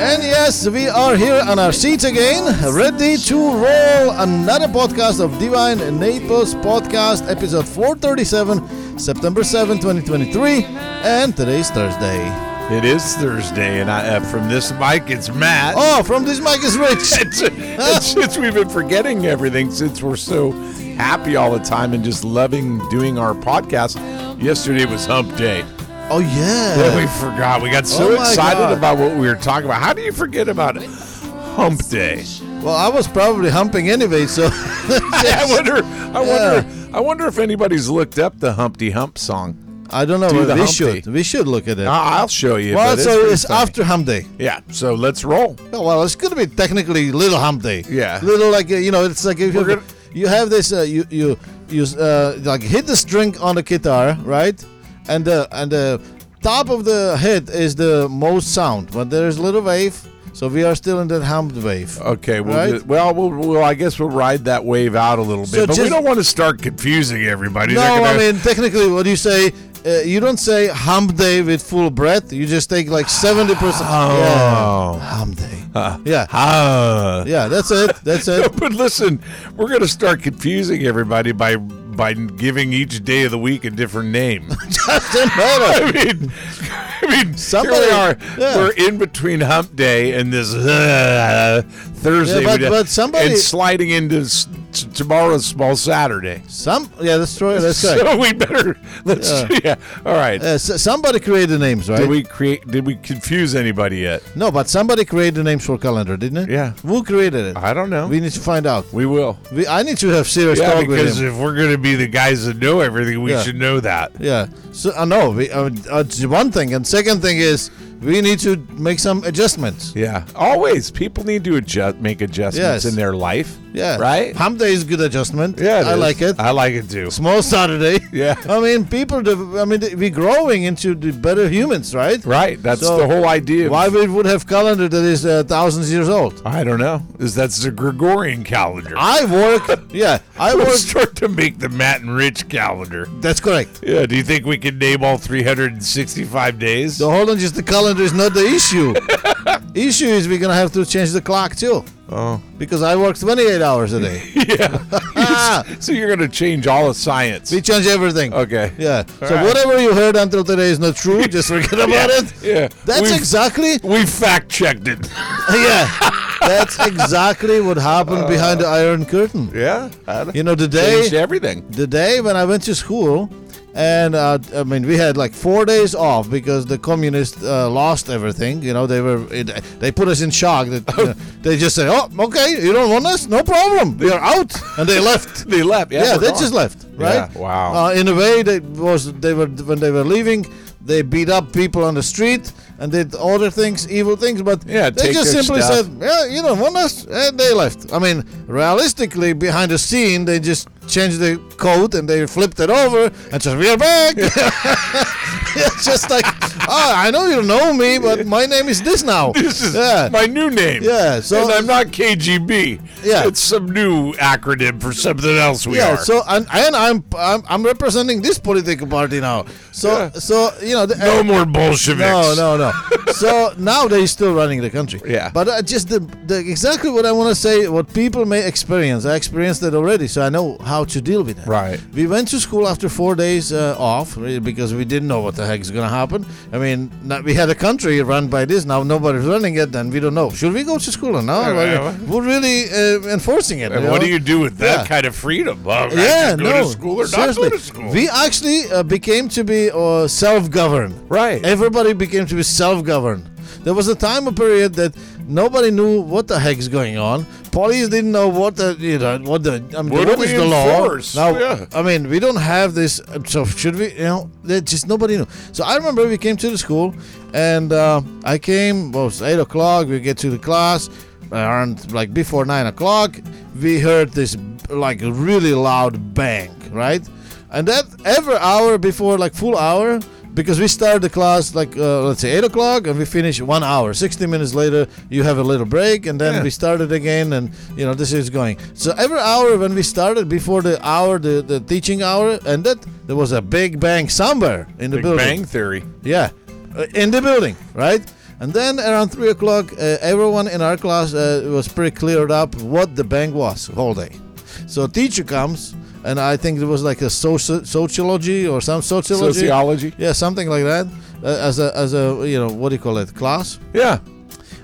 And yes, we are here on our seats again, ready to roll another podcast of Divine Naples Podcast, episode 437, September 7, 2023. And today's Thursday. It is Thursday, and I, uh, from this mic, it's Matt. Oh, from this mic is Rich. It's- it's- since we've been forgetting everything, since we're so happy all the time and just loving doing our podcast, yesterday was Hump Day. Oh, And yeah. we forgot. We got so Oh my excited God. about what we were talking about. How do you forget about Hump Day? Well, I was probably humping anyway, so. I wonder. I wonder. I wonder if anybody's looked up the Humpty Hump song. I don't know. Do the we Humpty. should. We should look at it. I- I'll show you. well, but so pretty it's funny. after hump day. Yeah. So let's roll. Oh, well, it's going to be technically little hump day. Yeah. Little like uh, you know, it's like if you, We're gonna- you have this, uh, you you you uh, like hit the string on the guitar, right? And the and the top of the hit is the most sound, but there is little wave, so we are still in that hump wave. Okay, we'll Right? do- well, well, well, I guess we'll ride that wave out a little bit, So but we just- don't want to start confusing everybody. no, They're I gonna- mean technically, what do you say? Uh, you don't say hump day with full breath. You just take like seventy percent. Oh. Yeah. Hump day. yeah. ah. Yeah. That's it. That's it. But listen, we're going to start confusing everybody by by giving each day of the week a different name. Doesn't matter. I mean, I mean, Somebody- here we are. yeah. We're in between Hump Day and this uh, Thursday, Yeah, but- We did- but somebody- and sliding into s- t- tomorrow's Small Saturday. Some yeah, that's true. That's correct. So we better let's yeah. All right. Uh, s- somebody created the names, right? Did we create? Did we confuse anybody yet? no, but somebody created the names for calendar, didn't it? Yeah. Who created it? I don't know. we need to find out. we will. We, I need to have serious Yeah, talk with because uh, him. if we're going to be the guys that know everything, we Yeah. should know that. yeah. So I know. We, uh, uh, it's one thing, and second thing is we need to make some adjustments. Yeah, always. People need to adjust, make Yes. adjustments in their life. Yeah. right. Hump day is good adjustment. Yeah, it I is. like it. I like it too. Small Saturday. Yeah. I mean, people. do- I mean, we're growing into the better humans, right? Right. That's So, the whole idea. Why we would have calendar that is uh, thousands years old? I don't know. Is that's the Gregorian calendar? I work. yeah, I We'll work. start to make the Matt and Rich calendar. That's correct. Yeah. Do you think we can name all 365 days? The hold on, just the calendar is not the issue. issue is we're gonna have to change the clock too, Oh. because I work 28 hours a day. Yeah. so you're going to change all of science. we change everything. Okay. Yeah. so right. whatever you heard until today is not true. Just forget about Yeah, it. yeah. That's We've- exactly. We fact checked it. yeah. That's exactly what happened behind the Iron Curtain. Uh. Yeah. You know, the day everything. the day when I went to school, and uh, I mean, we had like four days off because the communists uh, lost everything. You know, they were it, they put us in shock. That you know, they just say, "Oh, okay, you don't want us? No problem. We are out," and they left. They left. Yeah, yeah, we're they gone. just left. Right? Yeah, wow. Uh, in a way, they was they were when they were leaving. They beat up people on the street and did other things, evil things, but Yeah, they take just their simply stuff. said, "Yeah, you don't want us," and they left. I mean, realistically, behind the scene, they just changed the code and they flipped it over and said, "We are back." It's just like, oh, I know you don't know me, but my name is this now. This is yeah, my new name. Yeah, so- and I'm not KGB. Yeah. It's some new acronym for something else we yeah. are. So and, and I'm, I'm I'm representing this political party now. So Yeah. so you know. The, eh, no more Bolsheviks. No, no, no. so now they're still running the country. Yeah. But uh, just the, the exactly what I want to say, what people may experience. I experienced it already, so I know how to deal with it. Right. We went to school after four days uh, off really, because we didn't know what the heck is going to happen. I mean, now we had a country run by this. Now nobody's running it, and we don't know. Should we go to school or not? Yeah. We're really uh, enforcing it. And you what know? do you do with that Yeah. kind of freedom? Well, Yeah, I can go no. to school or seriously. not go to school. We actually uh, became to be uh, self-governed. Right. Everybody became to be self-governed. There was a time a period that nobody knew what the heck's going on. Police didn't know what the you know what the I mean, What what do is we the enforce? law. Now Yeah. I mean we don't have this. uh, So should we? You know, there just nobody knew. So I remember we came to the school, and uh, I came. Well, it was eight o'clock. We get to the class around like before nine o'clock. We heard this like really loud bang, right? And that every hour before like full hour. Because we start the class like uh, let's say eight o'clock and we finish one hour. Sixty minutes later, you have a little break and then Yeah. we started again and you know this is going. So every hour when we started before the hour, the, the teaching hour ended, there was a big bang somewhere in the Big building. Bang Theory. Yeah, Uh, in the building, right? And then around three o'clock, uh, everyone in our class uh, was pretty cleared up what the bank was whole day. So teacher comes, and I think it was like a soci- sociology or some sociology, Sociology. yeah, something like that. Uh, as a as a you know what do you call it class? Yeah.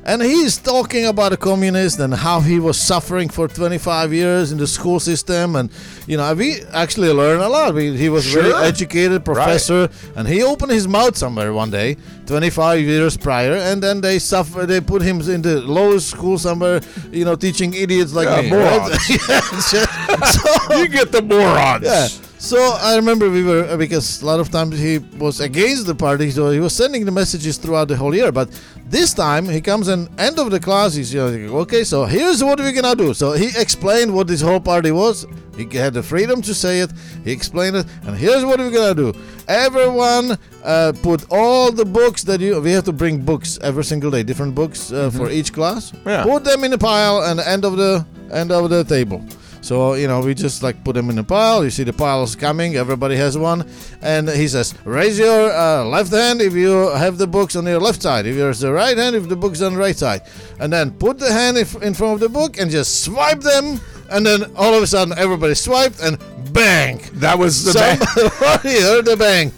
And he's talking about a communist and how he was suffering for 25 years in the school system. And, you know, we actually learned a lot. We, he was a Sure. very educated professor. And he opened his mouth somewhere one day, 25 years prior. And then they suffer, they put him in the lowest school somewhere, you know, teaching idiots like Yeah, me. morons. right? Yeah, it's just- so, You get the morons. yeah. So I remember we were uh, because a lot of times he was against the party, so he was sending the messages throughout the whole year. But this time he comes and end of the class, he's you know, like, okay, so here's what we're gonna do. So he explained what this whole party was. He had the freedom to say it. He explained it, and here's what we're gonna do. Everyone uh, put all the books that you. We have to bring books every single day, different books uh, for each class. Yeah. Put them in a pile and end of the end of the table. So you know, we just like put them in a pile. You see the piles coming. Everybody has one, and he says, "Raise your uh, left hand if you have the books on your left side. If yours the right hand, if the books on the right side, and then put the hand in, in front of the book and just swipe them. And then all of a sudden, everybody swiped and bang." That was the bank. Somebody heard the bank.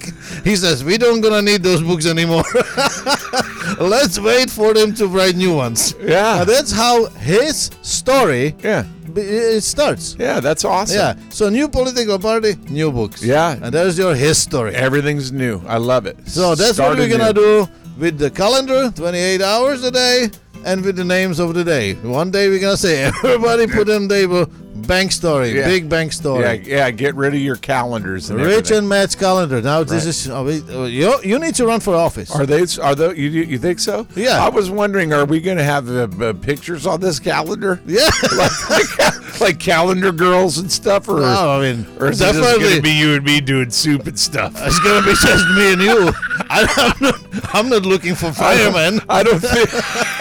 He says, "We don't gonna need those books anymore. Let's wait for them to write new ones." Yeah. Now, that's how his story yeah. b- it starts. Yeah. That's awesome. Yeah. So new political party, new books. Yeah. And there's your history. Everything's new. I love it. So that's what we're gonna do with the calendar, 28 hours a day, and with the names of the day. One day we're gonna say everybody put in table bank story, Yeah. big bank story. Yeah. Yeah. Get rid of your calendars. And Rich everything. and Matt's calendar. Now this Right. is uh, we, uh, you. You need to run for office. Are they? Are they? You, you think so? Yeah. I was wondering, are we going to have uh, uh, pictures on this calendar, yeah. like, like calendar girls and stuff, or no, I mean, or is it just going definitely. to be you and me doing soup and stuff? it's gonna be just me and you. I, I'm not. I'm not looking for firemen. I don't think.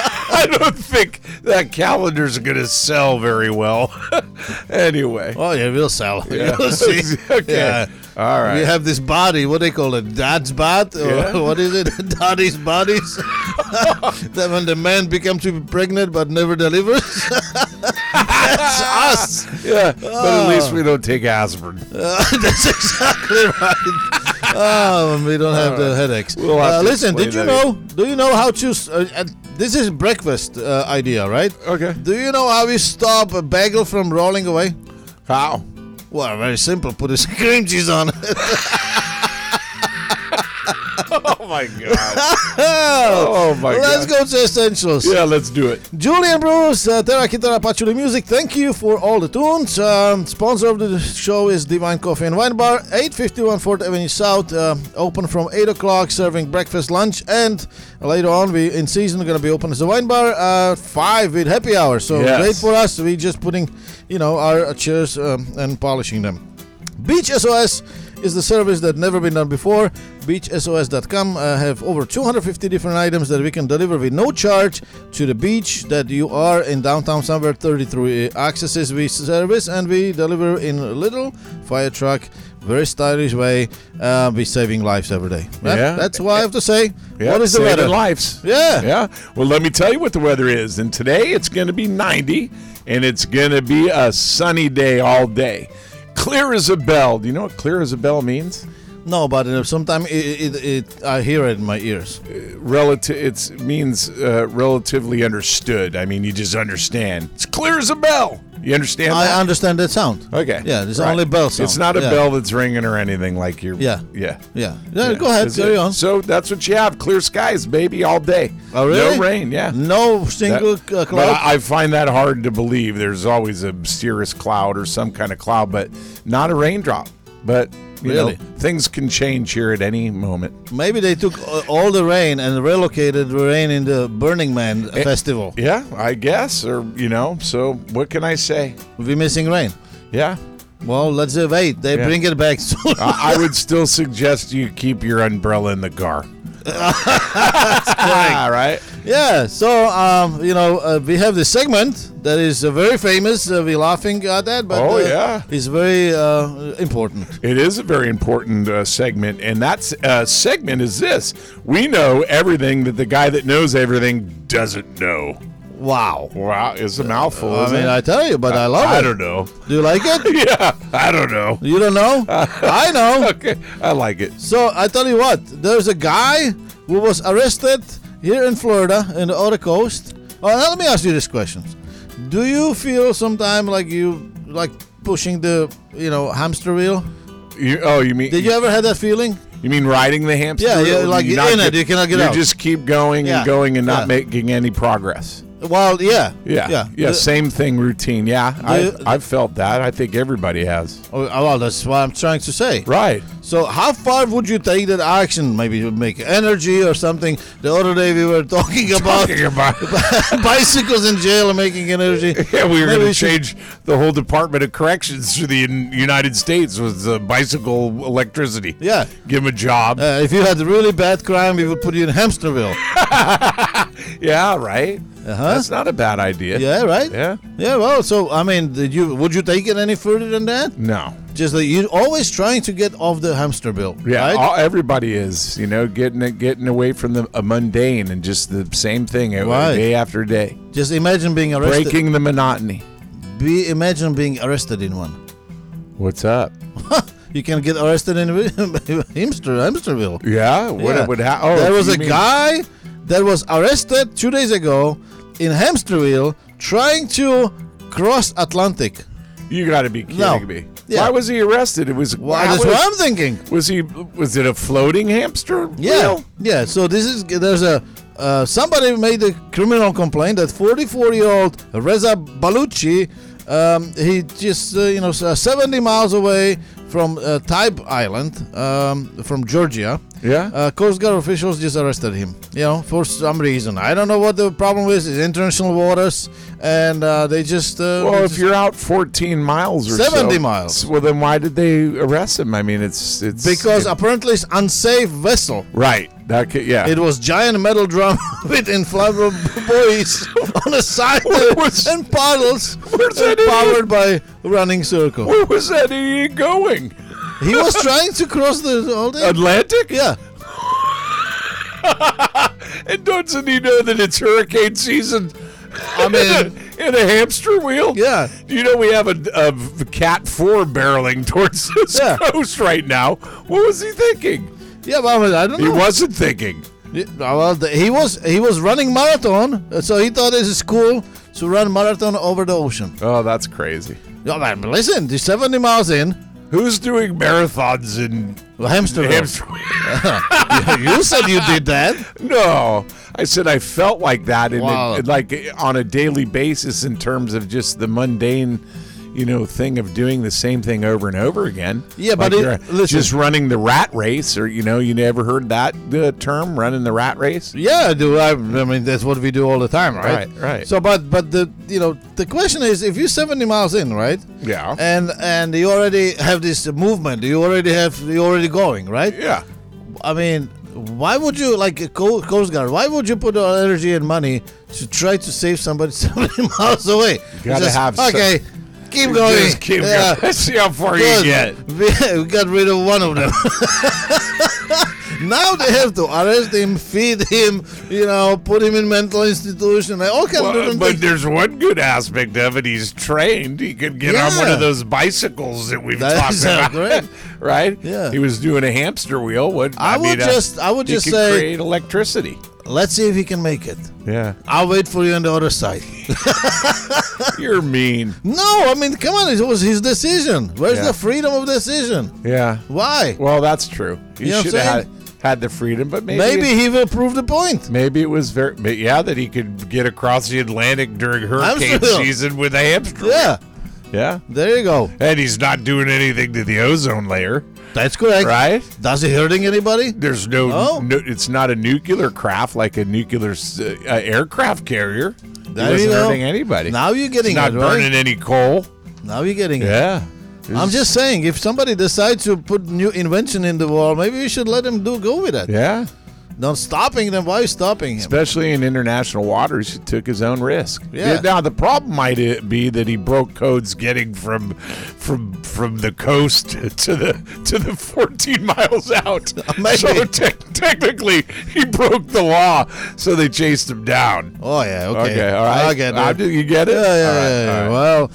I don't think that calendar's going to sell very well. anyway. Oh yeah, we'll sell. Yeah. You'll Oh, see. Okay. Yeah. All right. We have this body. What they call it? Dad's bat, or Yeah. what is it? Daddy's bodies. that when the man becomes to be pregnant but never delivers. That's us. Yeah, but at least Oh. we don't take aspirin. Uh, that's exactly right. oh, we don't have the headaches. We'll have uh, to listen, did you explain know? Do you know how to? s- Uh, uh, this is breakfast uh, idea, right? Okay. Do you know how we stop a bagel from rolling away? How? Well, very simple. Put a cream cheese on it. Oh my god. oh my Let's go god. to essentials. Yeah, let's do it. Julian Bruce, uh, Terra Kitara Patchouli Music, thank you for all the tunes. Um, sponsor of the show is Divine Coffee and Wine Bar, 851 4th Avenue South, uh, open from 8 o'clock, serving breakfast, lunch, and later on, we in season, going to be open as a wine bar, uh, 5 with happy hour. So Yes. great for us. we just putting, you know, our chairs um, and polishing them. Beach SOS is the service that never been done before. BeachSOS.com uh, have over 250 different items that we can deliver with no charge to the beach that you are in downtown somewhere. 33 accesses we service and we deliver in a little fire truck, very stylish way. Uh, we saving lives every day. That- Yeah. That's why I have to say. Yeah, what is the saving weather? Lives. Yeah. Yeah. Well, let me tell you what the weather is. And today it's going to be 90 and it's going to be a sunny day all day. Clear as a bell. Do you know what clear as a bell means? No, but uh, sometimes it, it, it, I hear it in my ears. Relative it means uh, relatively understood. I mean, you just understand. It's clear as a bell. You understand I that? understand that sound. okay. Yeah, there's Right. only bell sound. It's not a Yeah. bell that's ringing or anything like you're Yeah. Yeah. Yeah. Yeah, Yeah, go ahead, that's carry it. on. So that's what you have: clear skies, baby, all day. Oh, really? No rain. Yeah. No That- single uh, but cloud. I, I find that hard to believe. There's always a cirrus cloud or some kind of cloud, but not a raindrop. But you Really? know, things can change here at any moment. Maybe they took uh, all the rain and relocated the rain in the Burning Man Eh. festival. Yeah, I guess, or you know. So what can I say? We're missing rain. Yeah. Well, let's uh, wait. They bring it back soon. I I would still suggest you keep your umbrella in the car. All right. Yeah, so um, you know uh, we have this segment that is uh, very famous. Uh, we're laughing at that, but Oh, uh, yeah. it's very uh, important. It is a very important uh, segment, and that uh, segment is this: we know everything that the guy that knows everything doesn't know. Wow. Wow, it's a mouthful. I isn't mean, it? I tell you, but I love I it. don't know. Do you like it? Yeah, I don't know. You don't know? I know. Okay, I like it. So I tell you what, there's a guy who was arrested here in Florida in the other coast. Oh, now let me ask you this question: Do you feel sometime like you like pushing the you know hamster wheel? You, oh, you mean Did you ever have that feeling? you mean riding the hamster? Yeah, wheel? yeah, like you're not in it, you cannot get you out. just keep going Yeah, and going and not yeah. making any progress. Well, yeah, Yeah, yeah, yeah, same thing, routine. Yeah, the- I, I've felt that. I think everybody has. Oh, well, that's what I'm trying to say. Right. So, how far would you take that action? Maybe you make energy or something. The other day we were talking about Talking about. bicycles in jail and making energy. Yeah, we were Maybe going to should- change the whole Department of Corrections to the Un- United States with uh, bicycle electricity. Yeah. Give them a job. Uh, if you had a really bad crime, we would put you in Hamsterville. yeah, right? Uh-huh. That's not a bad idea. Yeah, right. Yeah. Yeah. Well, so I mean, did you would you take it any further than that? No. Just that you're always trying to get off the hamster wheel, Yeah, right? all, everybody is, you know, getting it, getting away from the a mundane and just the same thing uh, Right. day after day, Just imagine being arrested. breaking the monotony. Be imagine being arrested in one. What's up? You can get arrested in hamster hamsterville. Yeah, what Yeah. it would happen? Oh, there was you a mean- guy that was arrested two days ago in Hamsterville trying to cross Atlantic. You got to be kidding No. me. Yeah. Why was he arrested? It was Well, why that's was, what I'm thinking. was he? Was it a floating hamster? Yeah, wheel? yeah. So this is there's a uh, somebody made a criminal complaint that 44 year old Reza Baluchi, um, he just uh, you know s- uh, 70 miles away from uh, Type Island, um, from Georgia. Yeah. Uh, Coast Guard officials just arrested him, you know, for some reason. I don't know what the problem is. It's international waters, and uh, they just uh, they Well, if just- you're out 14 miles or 70 so- miles. well then why did they arrest him? I mean, it's it's because it- apparently it's unsafe vessel. right that could, yeah. It was giant metal drum with inflatable buoys on the side Where was- and paddles Where's that idiot? powered by running circle. Where was that idiot going? He was trying to cross the whole thing. Atlantic? Yeah. And doesn't he know that it's hurricane season? I mean, in a hamster wheel? Yeah. Do you know we have a, a Cat 4 barreling towards this Yeah. coast right now? What was he thinking? yeah, but I, mean, I don't He know. wasn't thinking. Yeah, Well, the- he was he was running marathon, uh, so he thought this is cool to run marathon over the ocean. Oh, that's crazy. Yeah, but listen, he's 70 miles in. Who's doing marathons in Well, hamster. wheel. hamster wheel? you said you did that. No, I said I felt like that, in Wow. a, like on a daily basis in terms of just the mundane, you know, thing of doing the same thing over and over again. Yeah, but Like it- you're listen. just running the rat race, or you know, you never heard that uh, term, running the rat race. Yeah, I do. I, I mean, that's what we do all the time, right? Right, right. So, but but the you know the question is, if you're 70 miles in, right? Yeah. And and you already have this movement, you already have you already going, right? Yeah, I mean, why would you like a Co- Coast Guard? Why would you put all energy and money to try to save somebody 70 miles away? gotta Just, have some- okay. Keep going. Just keep Yeah, going. Let's see how far you get. Good. We, we got rid of one of them. now they have to arrest him, feed him, you know, put him in mental institution, like all kinds of Well, different but things. there's one good aspect of it. He's trained. He could get on one Yeah. of those bicycles that we've That talked is, uh, about, great. right? Yeah. He was doing a hamster wheel. What I would uh, just- I would he just could say- create electricity. Let's see if he can make it. Yeah. I'll wait for you on the other side. You're mean. No, I mean, come on, it was his decision. Where's Yeah. the freedom of decision? Yeah. Why? Well, that's true. You, You know what should I'm have had, had the freedom, but maybe Maybe he will prove the point. maybe it was very but yeah that he could get across the Atlantic during hurricane Hamster wheel. season with a hamster. Yeah, Yeah. there you go. And he's not doing anything to the ozone layer, That's correct. right? Does he hurting anybody? There's no, Oh. no it's not a nuclear craft like a nuclear s- uh, uh, aircraft carrier. There he wasn't you go. hurting anybody. Now you're getting He's not it, right? burning any coal. Now you're getting it. Yeah. I'm just saying, if somebody decides to put new invention in the world, maybe we should let them do go with it. yeah. Not stopping them. Why are you stopping him? Especially in international waters, he took his own risk. Yeah. Now the problem might i- be that he broke codes getting from from from the coast to the to the 14 miles out. Maybe. So tec- technically, he broke the law. So they chased him down. Oh yeah. Okay. Okay, all right. I get Uh, that. do you get it? Yeah, yeah, All right, yeah, yeah. all right. Well,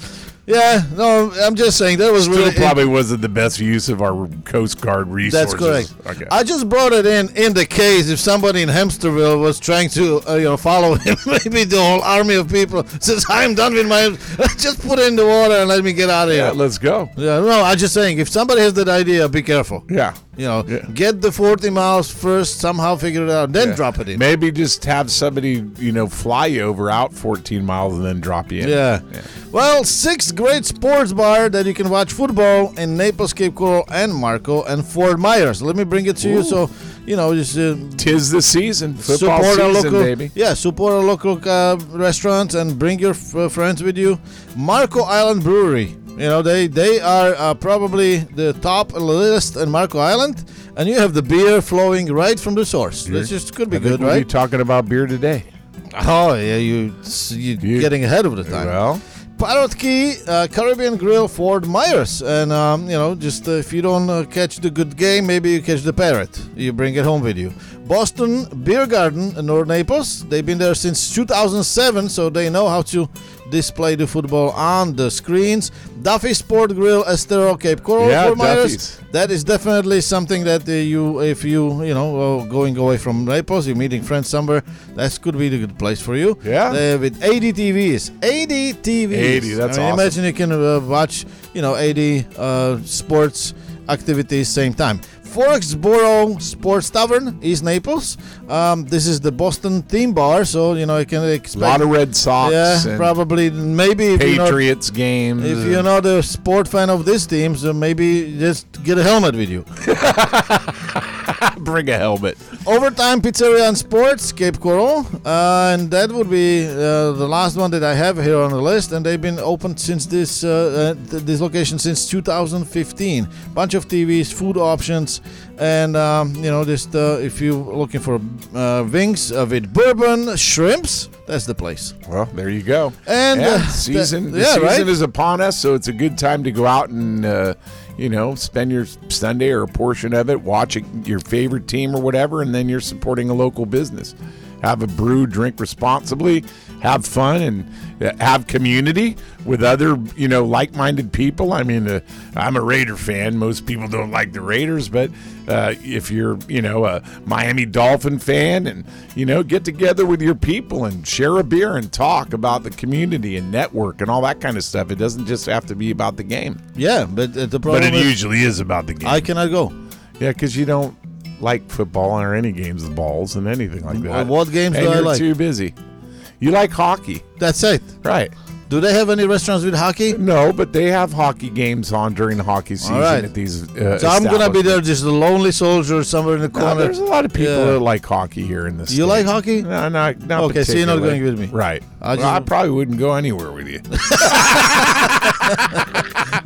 yeah. No, I'm just saying that was Still really. probably wasn't the best use of our Coast Guard that's resources. correct. Okay. I just brought it in in the case if somebody in Hamsterville was trying to uh, you know follow him, maybe the whole army of people says I'm done with my. just put it in the water and let me get out of yeah, here. let's go. Yeah, no, I'm just saying if somebody has that idea, be careful. Yeah. You know, Yeah. get the 40 miles first, somehow figure it out, then Yeah. drop it in. Maybe just have somebody, you know, fly you over out 14 miles and then drop you in. Yeah. Yeah. Well, sixth great sports bar that you can watch football in Naples, Cape Coral, and Marco and Fort Myers. Let me bring it to you so, you know, just uh, Tis the season. Football support season, a local. baby. Yeah, support a local uh, restaurant and bring your f- uh, friends with you. Marco Island Brewery. You know, they, they are uh, probably the top list in Marco Island, and you have the beer flowing right from the source. This just could be I think good, we'll right? be talking about beer today. Oh yeah, you s- you You- getting ahead of the time. Well, Parrot Key uh, Caribbean Grill, Fort Myers, and um, you know, just uh, if you don't uh, catch the good game, maybe you catch the parrot. You bring it home with you. Boston Beer Garden in North Naples. They've been there since 2007, so they know how to display the football on the screens. Duffy Sport Grill, Estero, Cape Coral, Yeah, Fort Myers. Duffy's. That is definitely something that uh, you, if you, you know, uh, going away from Naples, you're meeting friends somewhere, that could be the good place for you. Yeah. Uh, with 80 TVs. 80 TVs. 80, that's I mean, awesome. Imagine you can uh, watch, you know, 80 uh, sports activities same time. Forksboro Sports Tavern, East Naples. Um, this is the Boston theme bar, so, you know, you can a expect. lot of Red Sox yeah, and probably, maybe if you're not Patriots games. if you're not a sport fan of these teams, then maybe just get a helmet with you. bring a helmet. Overtime Pizzeria and Sports, Cape Coral. Uh, and that would be uh, the last one that I have here on the list. And they've been open since this uh, uh, th- this location since 2015. Bunch of TVs, food options, and um, you know, just uh, if you're looking for uh, wings uh, with bourbon, shrimps, that's the place. Well, there you go. And, Yeah, uh, season, the- the yeah, season right? is upon us, so it's a good time to go out and uh, you know spend your Sunday or a portion of it watching your favorite team or whatever, and then you're supporting a local business. Have a brew, drink responsibly, have fun, and uh, have community with other you know like-minded people. I mean, uh, I'm a Raider fan. Most people don't like the Raiders, but uh, if you're you know a Miami Dolphin fan, and you know get together with your people and share a beer and talk about the community and network and all that kind of stuff. It doesn't just have to be about the game, Yeah, but uh, the but problem it is usually is about the game. I cannot go. yeah, because you don't like football or any games with balls and anything like that. What games and do I you're like? Too busy. You like hockey, That's it. right? Do they have any restaurants with hockey? No, but they have hockey games on during the hockey season right. at these. Uh, So I'm gonna be establishments. there, just a lonely soldier somewhere in the No, corner. there's a lot of people Yeah. that like hockey here in this. You like hockey? No, not, not Okay, so you're not particularly. going with me. Right. I I, just- well, I probably wouldn't go anywhere with you.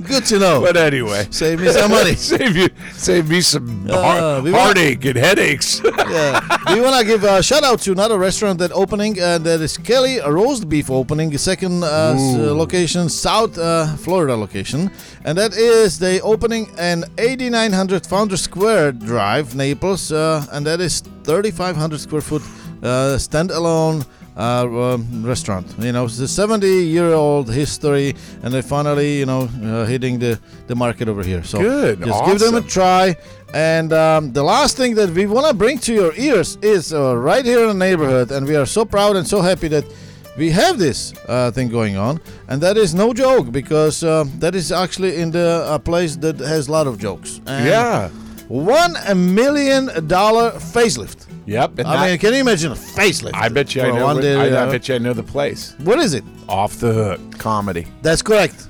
Good to know. But uh, anyway, Save me some money. save you, save me some Uh, har- we want- heartache and headaches. yeah. We want to give a shout out to another restaurant that opening, uh, that is Kelly Roast Beef opening, the second uh, s- uh, location, South uh, Florida location, and that is they opening an 8900 Founder Square Drive, Naples, uh, and that is 3500 square foot uh, standalone. Uh, um, restaurant, you know, it's a 70 year old history, and they finally, you know, uh, hitting the, the market over here. So, Good, just give them a awesome. try. And um, the last thing that we want to bring to your ears is uh, right here in the neighborhood, and we are so proud and so happy that we have this uh, thing going on. And that is no joke because uh, that is actually in the uh, place that has a lot of jokes. And yeah. one million dollar facelift. Yep. And I that- mean, can you imagine a facelift? I bet you I For know. one what- day, I, I uh, bet you I know the place. what is it? Off the hook comedy. That's correct.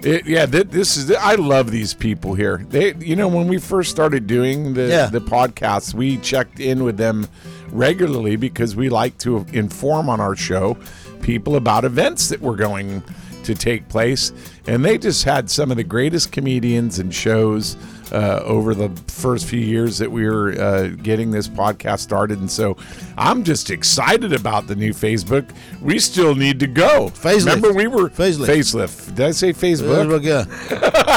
It, yeah, th- this is. I love these people here. They, you know, when we first started doing the Yeah. the podcasts, we checked in with them regularly because we like to inform on our show people about events that were going to take place, and they just had some of the greatest comedians and shows uh, over the first few years that we were uh, getting this podcast started. And so I'm just excited about the new Facebook. We still need to go. Facelift. Remember, we were Facelift. Facelift. Did I say Facebook? Yeah.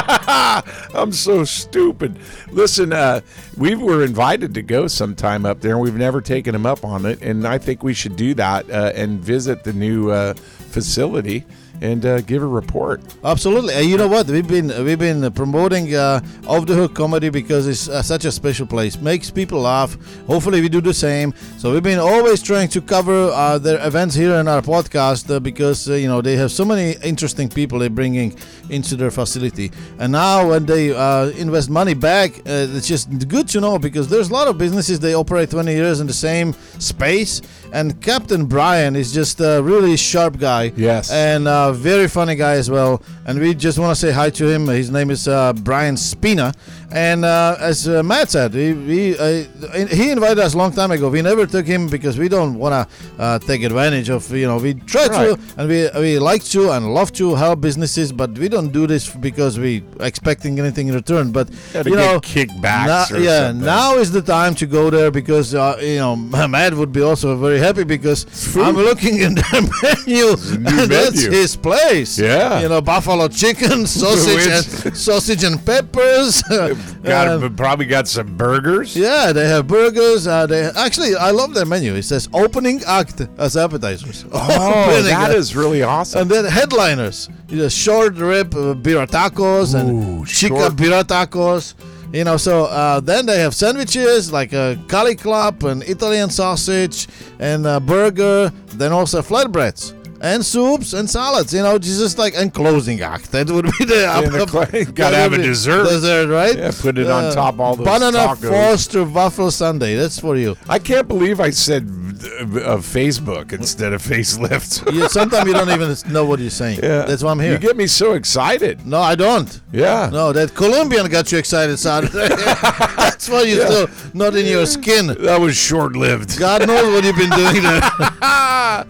I'm so stupid. Listen, uh, we were invited to go sometime up there, and we've never taken them up on it. And I think we should do that uh, and visit the new uh, facility and uh, give a report. Absolutely. And you know what? We've been we've been promoting uh, Off the Hook comedy because it's uh, such a special place. Makes people laugh. Hopefully, we do the same. So we've been always trying to cover uh, their events here in our podcast uh, because uh, you know they have so many interesting people they're bringing into their facility. And now when they uh, invest money back, uh, it's just good to know because there's a lot of businesses they operate 20 years in the same space. And Captain Brian is just a really sharp guy. Yes. And uh, very funny guy as well. And we just want to say hi to him. His name is uh, Brian Spina. And uh, as uh, Matt said, he, we, uh, he invited us a long time ago. We never took him because we don't want to uh, take advantage of, you know, we try Right. to and we, we like to and love to help businesses, but we don't do this because we expecting anything in return. But, Gotta you get know, kickbacks now- or yeah, something. now is the time to go there because uh, you know Matt would be also very happy because I'm looking in their menu. new and That's menu. his place. Yeah. you know buffalo chicken, sausage, and, sausage and peppers. Got Um, probably got some burgers. yeah, they have burgers. Uh, they actually, I love their menu. It says opening act as appetizers. Oh, Opening that act. is really awesome. And then headliners, you know, short rib uh, birra tacos and Ooh, chica short- birra tacos. You know, so uh, then they have sandwiches like a caliclop and Italian sausage and a burger. Then also flatbreads and soups and salads. You know, it's just like and closing act. That would be the Yeah, the cl- gotta have a dessert. Dessert, right? Uh, Yeah, put it on top all those banana tacos. Foster waffle sundae. That's for you. I can't believe I said uh, Facebook instead of facelift. you sometimes you don't even know what you're saying. That's why I'm here. You get me so excited. no, I don't. Yeah. No, that Colombian got you excited, Saturday. That's why you're still not in your skin. That was short lived. God knows what you've been doing there.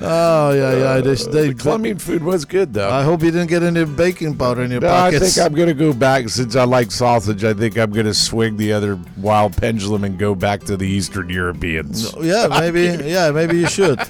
oh yeah, yeah. They, they, The Colombian food was good though. I hope you didn't get any baking powder in your No, I pockets. think I'm gonna go back since I like sausage. I think I'm gonna swing the other wild pendulum and go back to the Eastern Europeans. yeah, maybe. Yeah, maybe you should.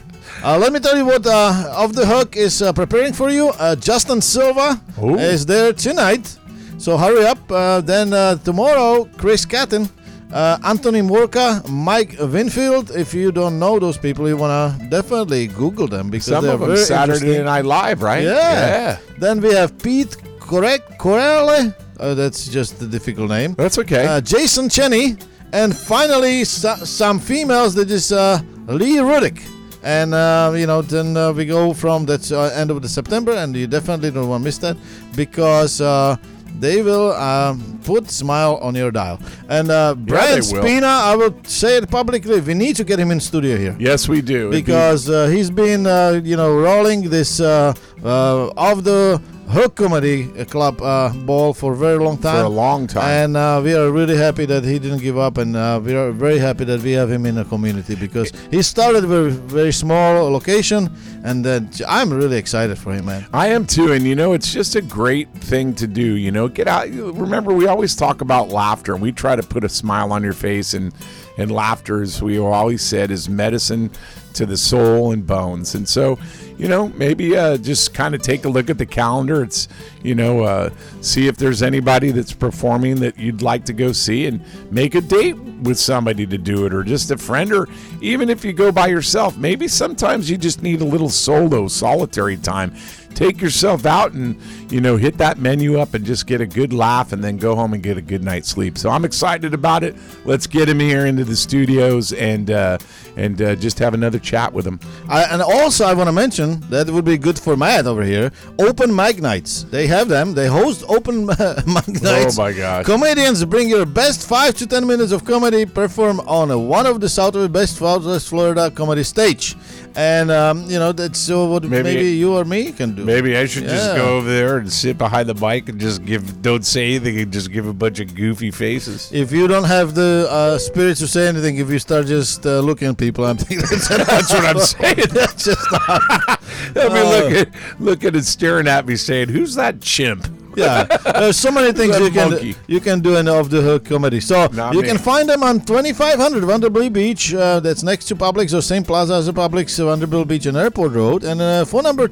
Uh, let me tell you what uh, Off the Hook is uh, preparing for you. Uh, Justin Silva Ooh. is there tonight, so hurry up. Uh, then uh, tomorrow, Chris Catton, uh, Anthony Morka, Mike Winfield. If you don't know those people, you wanna definitely Google them because Some they're of them very Saturday interesting. Night Live, right? Yeah. Then we have Pete Correct Corelli. Uh, that's just a difficult name. that's okay. Uh, Jason Cheney, and finally so, some females. That is uh, Lee Rudick, and uh, you know then uh, we go from that's uh, end of the September, and you definitely don't want to miss that because uh, they will um, put smile on your dial. And uh, Brian they will. Spina, I will say it publicly, we need to get him in studio here yes, we do. It'd be- because uh, he's been uh, you know rolling this uh, uh, of the hook comedy club uh, ball for a very long time for a long time. and uh, we are really happy that he didn't give up, and uh, we are very happy that we have him in the community because he started with a very small location, and then I'm really excited for him, man. I am too, and you know, it's just a great thing to do. You know, get out. Remember, we always talk about laughter, and we try to put a smile on your face, and and laughter, as we always said, is medicine to the soul and bones. And so, you know, maybe uh, just kind of take a look at the calendar. It's you know, uh, see if there's anybody that's performing that you'd like to go see, and make a date with somebody to do it, or just a friend, or even if you go by yourself. Maybe sometimes you just need a little solo, solitary time take yourself out and you know hit that menu up and just get a good laugh and then go home and get a good night's sleep so i'm excited about it let's get him here into the studios and uh and uh, just have another chat with him I, and also, I want to mention that it would be good for Matt over here. Open mic nights. They have them. They host open mic nights. Oh my gosh. Comedians bring your best five to ten minutes of comedy, perform on a, one of the Southwest best Southwest Florida comedy stage, and um, you know that's so what maybe, Maybe- you or me can do. maybe i should Yeah. just go over there and sit behind the mic and just give don't say anything and just give a bunch of goofy faces If you don't have the uh, spirit to say anything, if you start just uh, looking at people, I'm thinking that's, that's what i'm saying that's just not. Uh. i mean look at look at it staring at me saying who's that chimp yeah, there's so many things That you can monkey. you can do in off the hook comedy. So Not you me. can find them on 2500 Vanderbilt Beach. Uh, that's next to Publix or same plaza as the Publix, uh, Vanderbilt Beach and Airport Road. And uh, phone number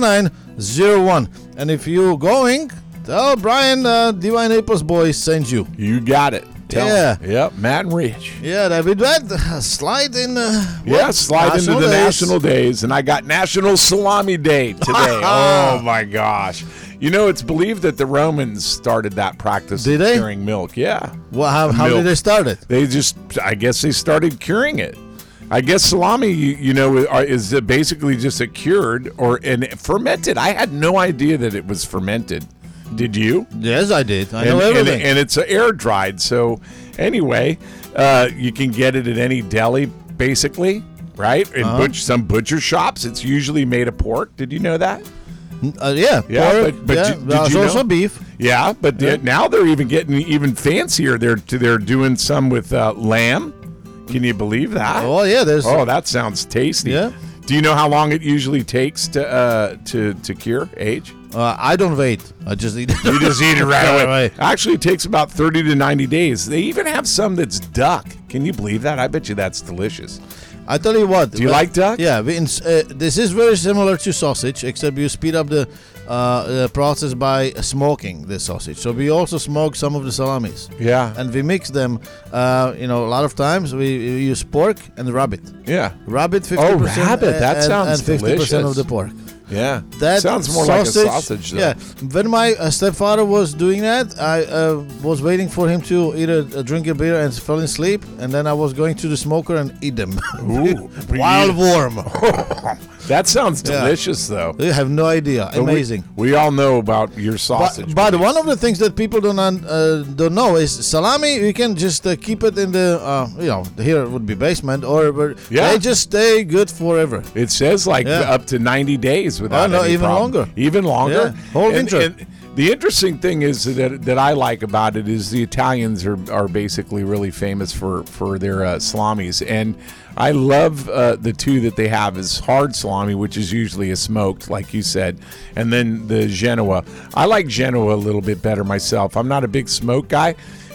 239-389-6901. And if you going, tell Brian uh, Divine Apples Boy sends you. You got it. Tell Yeah. 'em. Yep. Matt and Rich. Yeah, that we that slide in. Uh, Yeah, slide National into the days. national days, and I got National Salami Day today. oh my gosh! You know, it's believed that the Romans started that practice Did of they? curing milk. Yeah, Well, how, how Milk. did they start it? they just, I guess, they started curing it. I guess salami, you, you know, are- is basically just a cured or and fermented. I had no idea that it was fermented. Did you? Yes, I did. I and, know and- everything. and it's uh, air dried. So anyway, uh, you can get it at any deli, basically, right? In Uh-huh. butch, some butcher shops, it's usually made of pork. Did you know that? Uh, yeah, Yeah, pork, but- but yeah, you- did there's you also know? beef. Yeah, but the- now they're even getting even fancier. They're they're doing some with uh, lamb. Can you believe that? Oh yeah, there's Oh, that sounds tasty. Yeah. Do you know how long it usually takes to uh, to to cure age? Uh, I don't wait. I just eat. You just eat it right away. Right. Actually, it takes about 30 to 90 days. They even have some that's duck. Can you believe that? I bet you that's delicious. I tell you what. Do you like duck? Yeah. We ins- uh, this is very similar to sausage, except you speed up the uh, the process by smoking the sausage. So we also smoke some of the salamis. Yeah. And we mix them. Uh, you know, a lot of times we, we use pork and rabbit. Yeah. Rabbit fifty Oh, percent. uh, rabbit, that sounds and fifty percent of delicious. the pork. Yeah. That sounds more like a sausage, though. Yeah. When my uh, stepfather was doing that, I uh, was waiting for him to eat a, a drink a beer and fell asleep, and then I was going to the smoker and eat them. Ooh, we Wild eat- warm. That sounds Yeah. delicious, though. you have no idea. But we- Amazing. We, all know about your sausage. But, but one of the things that people don't un, uh, don't know is salami. You can just uh, keep it in the uh, you know here it would be basement or where- Yeah. they just stay good forever. It says like Yeah. up to 90 days without Oh, no, any even problem. longer. Even longer. Yeah, whole And- winter. and the interesting thing is that that I like about it is the Italians are, are basically really famous for for their uh, salamis, and I love uh, the two that they have is hard salami, which is usually a smoked, like you said, and then the Genoa. I like Genoa a little bit better myself. I'm not a big smoke guy.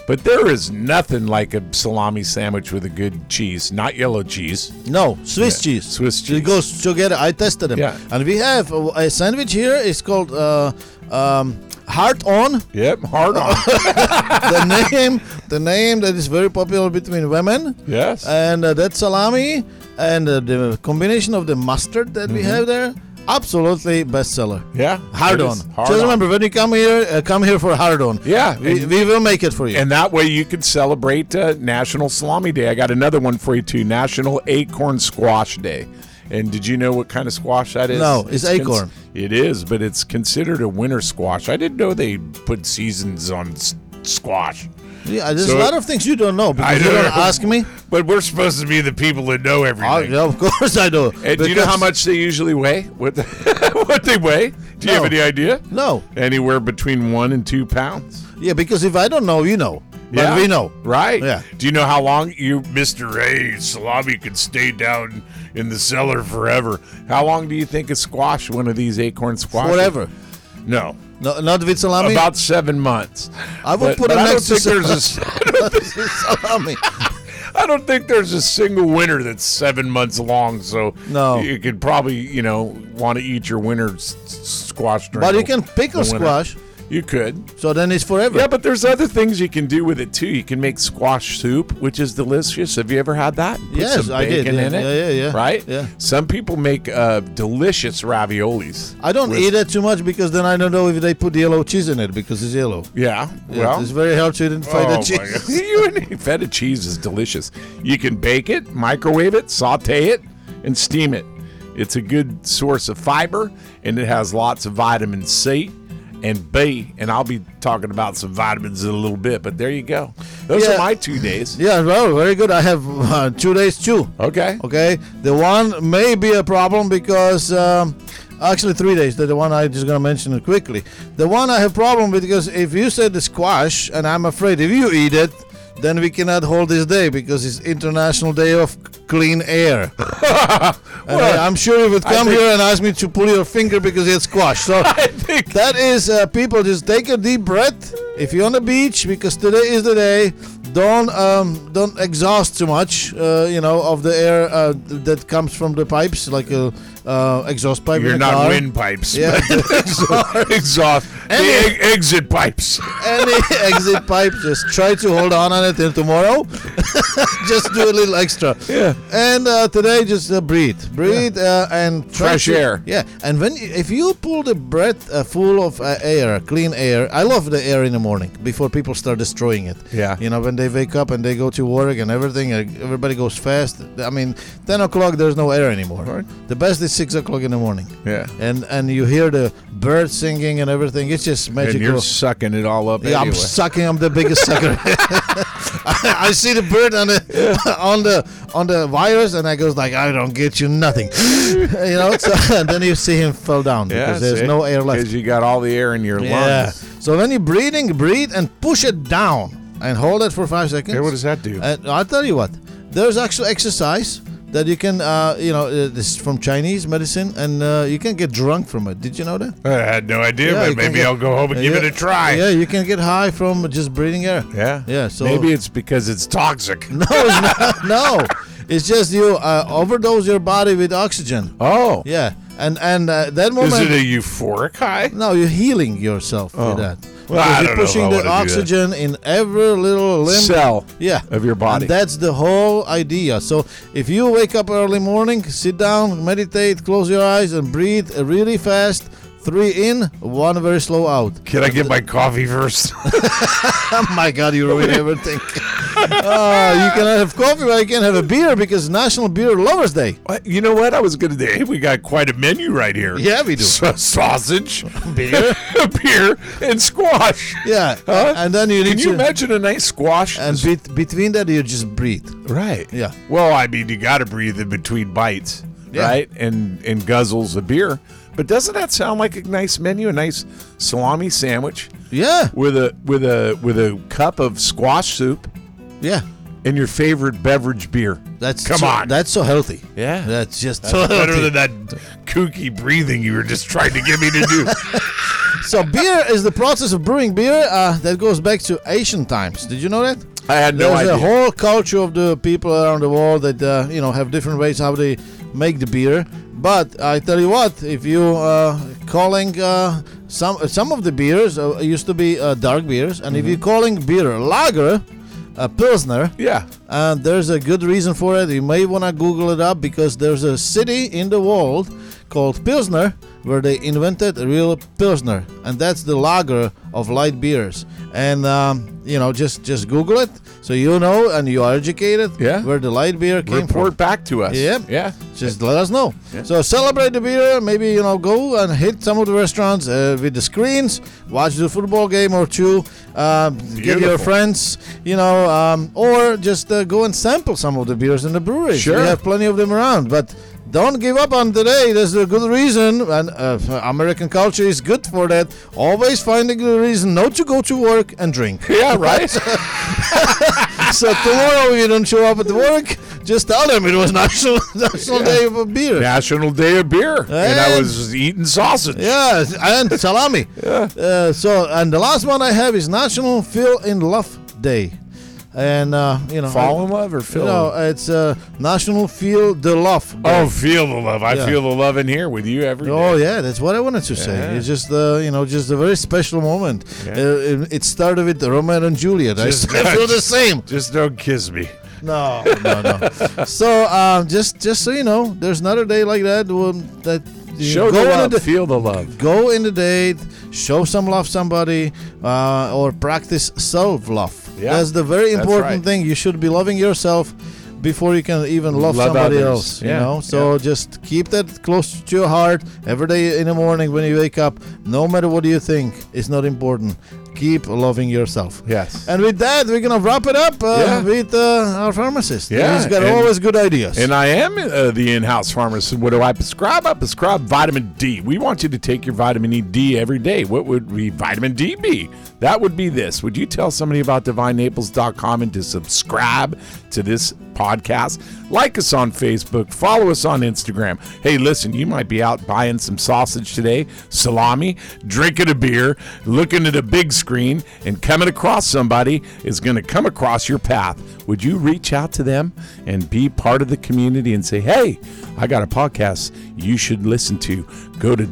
But there is nothing like a salami sandwich with a good cheese, not yellow cheese. No, Swiss Yeah, cheese. Swiss cheese. It goes together. I tested them. Yeah. And we have a, a sandwich here. It's called uh, um, Heart On. Yep, hard on. The name, the name that is very popular between women. Yes. And uh, that salami and uh, the combination of the mustard that we have there, absolutely bestseller. Mm-hmm. Yeah, Hard it on. is. Hard Just on. remember when you come here, uh, come here for hard on. Yeah, we, and- we will make it for you. And that way you can celebrate uh, National Salami Day. I got another one for you too National Acorn Squash Day. And did you know what kind of squash that is? No, it's acorn. it is, but it's considered a winter squash. I didn't know they put seasons on s- squash. yeah, there's a so- lot of things you don't know because you don't don't know. ask me. But we're supposed to be the people that know everything. Oh, yeah, of course I do. And do you know how Because- much they usually weigh? What, what they weigh? Do No. you have any idea? No. Anywhere between one and two pounds. Yeah, because if I don't know, you know. But Yeah. we know. Right. Yeah. Do you know how long you, Mr. A, salami could stay down in the cellar forever? How long do you think a squash, one of these acorn squash? Whatever. No. No, not with salami. about seven months. I would But- put but it I next don't to think there's a, I don't think- salami. I don't think there's a single winter that's seven months long. So No. you could probably you know want to eat your winter s- s- squash. During But you can the- pickle the winter. squash. You could. So then it's forever. Yeah, but there's other things you can do with it too. You can make squash soup, which is delicious. Have you ever had that? Put Yes, some I did, bacon yeah, in it. yeah, yeah, yeah. Right. Yeah. Some people make uh, delicious raviolis. I don't with- eat it too much because then I don't know if they put yellow cheese in it because it's yellow. Yeah. Yeah, Well. it's very hard to identify oh the my cheese. God. you and feta cheese is delicious. You can bake it, microwave it, saute it, and steam it. It's a good source of fiber, and it has lots of vitamin C and B. And I'll be talking about some vitamins in a little bit. But there you go. Those Yeah. are my two days. Yeah, well, very good. I have uh, two days too. Okay. Okay, the one may be a problem because um, actually three days. The the one I just gonna mention it quickly. The one I have problem with because if you said the squash and I'm afraid if you eat it, then we cannot hold this day because it's International Day of clean air. And I- I'm sure you would come think- here and ask me to pull your finger because it's squash. So I think that is, uh, people, just take a deep breath. If you're on the beach, because today is the day, don't um, don't exhaust too much, uh, you know, of the air uh, th- that comes from the pipes, like a uh, exhaust pipe. in you're a not car. wind pipes. Yeah. but exhaust. The Any- e- exit pipes. any exit pipe, just try to hold on on it till tomorrow. just do a little extra. Yeah. And uh, today, just uh, breathe, breathe, uh, and try Fresh to- air. Yeah. And when you- if you pull the breath uh, full of uh, air, clean air. I love the air in the morning before people start destroying it. Yeah. You know when they wake up and they go to work and everything, uh, everybody goes fast. I mean, ten o'clock there's no air anymore. Right. The best is six o'clock in the morning. Yeah. And and you hear the birds singing and everything. It's just magical. And you're sucking it all up. Yeah, I'm anyway. sucking. I'm the biggest sucker. I, I see the bird on the on the on the wires, and I goes like, I don't get you nothing, you know. So, and then you see him fell down Yeah, because there's see? no air left. Because you got all the air in your Yeah. lungs. So when you're breathing, breathe and push it down and hold it for five seconds. Hey, what does that do? And I'll tell you what, there's actual exercise that you can, uh, you know, uh, this is from Chinese medicine, and uh, you can get drunk from it. Did you know that? I had no idea, Yeah, you but can maybe get- I'll go home and give Yeah. it a try. Yeah, you can get high from just breathing air. Yeah. Yeah, so- maybe it's because it's toxic. No, it's not. no, it's just you uh, overdose your body with oxygen. Oh. Yeah, and and uh, that Is moment. it a euphoric high? no, you're healing yourself with that. Well, I Because you're don't know if I pushing wanna the do that. oxygen in every little limb. Cell yeah. of your body. And that's the whole idea. So if you wake up early morning, sit down, meditate, close your eyes, and breathe really fast. Three in, one very slow out. Can I get my coffee first? Oh my God, you ruined everything. uh, you cannot have coffee, but you can have a beer because National Beer Lovers Day. What? you know what? I was going to say, hey, we got quite a menu right here. Yeah, we do. Sa- sausage, beer, beer, and squash. Yeah, Huh? and then you need Can you to. imagine a nice squash? and bet between that, you just breathe. right. Yeah. Well, I mean, you got to breathe in between bites, Yeah. right? And and guzzles of beer. But doesn't that sound like a nice menu? A nice salami sandwich Yeah, with a with a with a cup of squash soup yeah. and your favorite beverage beer. That's Come so, on. That's so healthy. Yeah. that's just so That's better healthy. than that kooky breathing you were just trying to get me to do. So beer is the process of brewing beer uh, that goes back to ancient times. Did you know that? I had no There's idea. a whole culture of the people around the world that uh, you know have different ways how they make the beer. But I tell you what, if you uh, calling uh, some some of the beers uh, used to be uh, dark beers, and if Mm-hmm. you're calling beer lager, uh, pilsner, yeah. Uh, there's a good reason for it. You may want to Google it up because there's a city in the world called Pilsner where they invented a real Pilsner, and that's the lager of light beers. And um, you know, just just Google it so you know and you are educated Yeah. where the light beer came report from. back to us. Yep. Yeah. Just let us know. So celebrate the beer. Maybe you know, go and hit some of the restaurants uh, with the screens. Watch the football game or two. Um, get your Beautiful. friends, you know, um, or just uh, go and sample some of the beers in the brewery. Sure. we have plenty of them around. But don't give up on today. There's a good reason, and uh, American culture is good for that. Always find a good reason not to go to work and drink. Yeah, right? so tomorrow, if you don't show up at work, just tell them it was National National Day of a Beer. National Day of Beer. and I And- was eating sausage. Yeah, and salami. Uh, so, and the last one I have is National Feel in Love Day, and uh, you know, Fall in love or You feel? know, it's uh, National Feel the Love. Day. oh, feel the love. I Yeah. feel the love in here with you every day. Oh yeah, that's what I wanted to say. Yeah. It's just uh, you know, just a very special moment. Yeah. Uh, it, it started with Romeo and Juliet. Just- I still feel the same. Just don't kiss me. No, no, no. so um, just just so you know, there's another day like that. Um, that you Show go the on a love. da- feel the love. go in the date show some love somebody uh, or practice self-love Yeah, that's the very that's important right. thing you should be loving yourself before you can even love, Love somebody others. else you Yeah, know so just keep that close to your heart every day in the morning when you wake up no matter what you think it's not important keep loving yourself. Yes. And with that, we're gonna wrap it up uh, Yeah. with uh, our pharmacist. Yeah, he's got and- always good ideas. And I am uh, the in-house pharmacist. What do I prescribe? I prescribe vitamin D. We want you to take your vitamin E D every day. What would be vitamin D be? That would be this. Would you tell somebody about divinenaples.com and to subscribe to this podcast? Like us on Facebook. Follow us on Instagram. Hey, listen, you might be out buying some sausage today, salami, drinking a beer, looking at a big screen, and coming across somebody is going to come across your path. Would you reach out to them and be part of the community and say, hey, I got a podcast you should listen to? Go to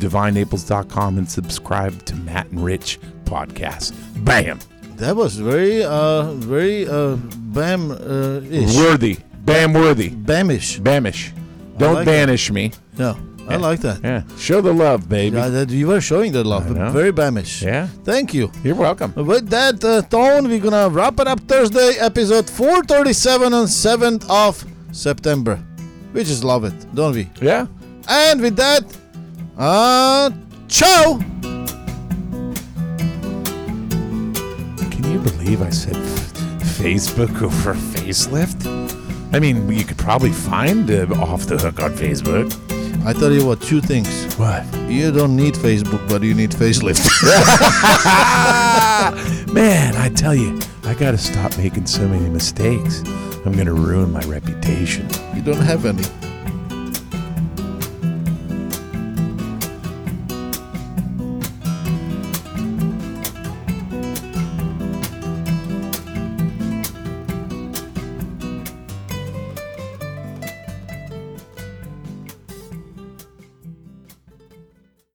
divinenaples.com and subscribe to Matt and Rich podcast. Bam. that was very, uh, very uh, bam uh, ish. Worthy. Bam worthy. Bamish. Bamish. Don't like it. banish me. No, I like that. Yeah. Show the love, baby. Yeah, that you were showing that love. know. Very Bamish. Yeah. Thank you. You're welcome. With that uh, tone, we're gonna wrap it up Thursday episode 437 on 7th of September. We just love it, don't we? Yeah. And with that, uh, ciao! Can you believe I said f- Facebook over facelift? I mean, you could probably find uh, Off the Hook on Facebook. I tell you what, two things. What? You don't need Facebook, but you need facelift. Man, I tell you, I gotta stop making so many mistakes. I'm gonna ruin my reputation. you don't have any.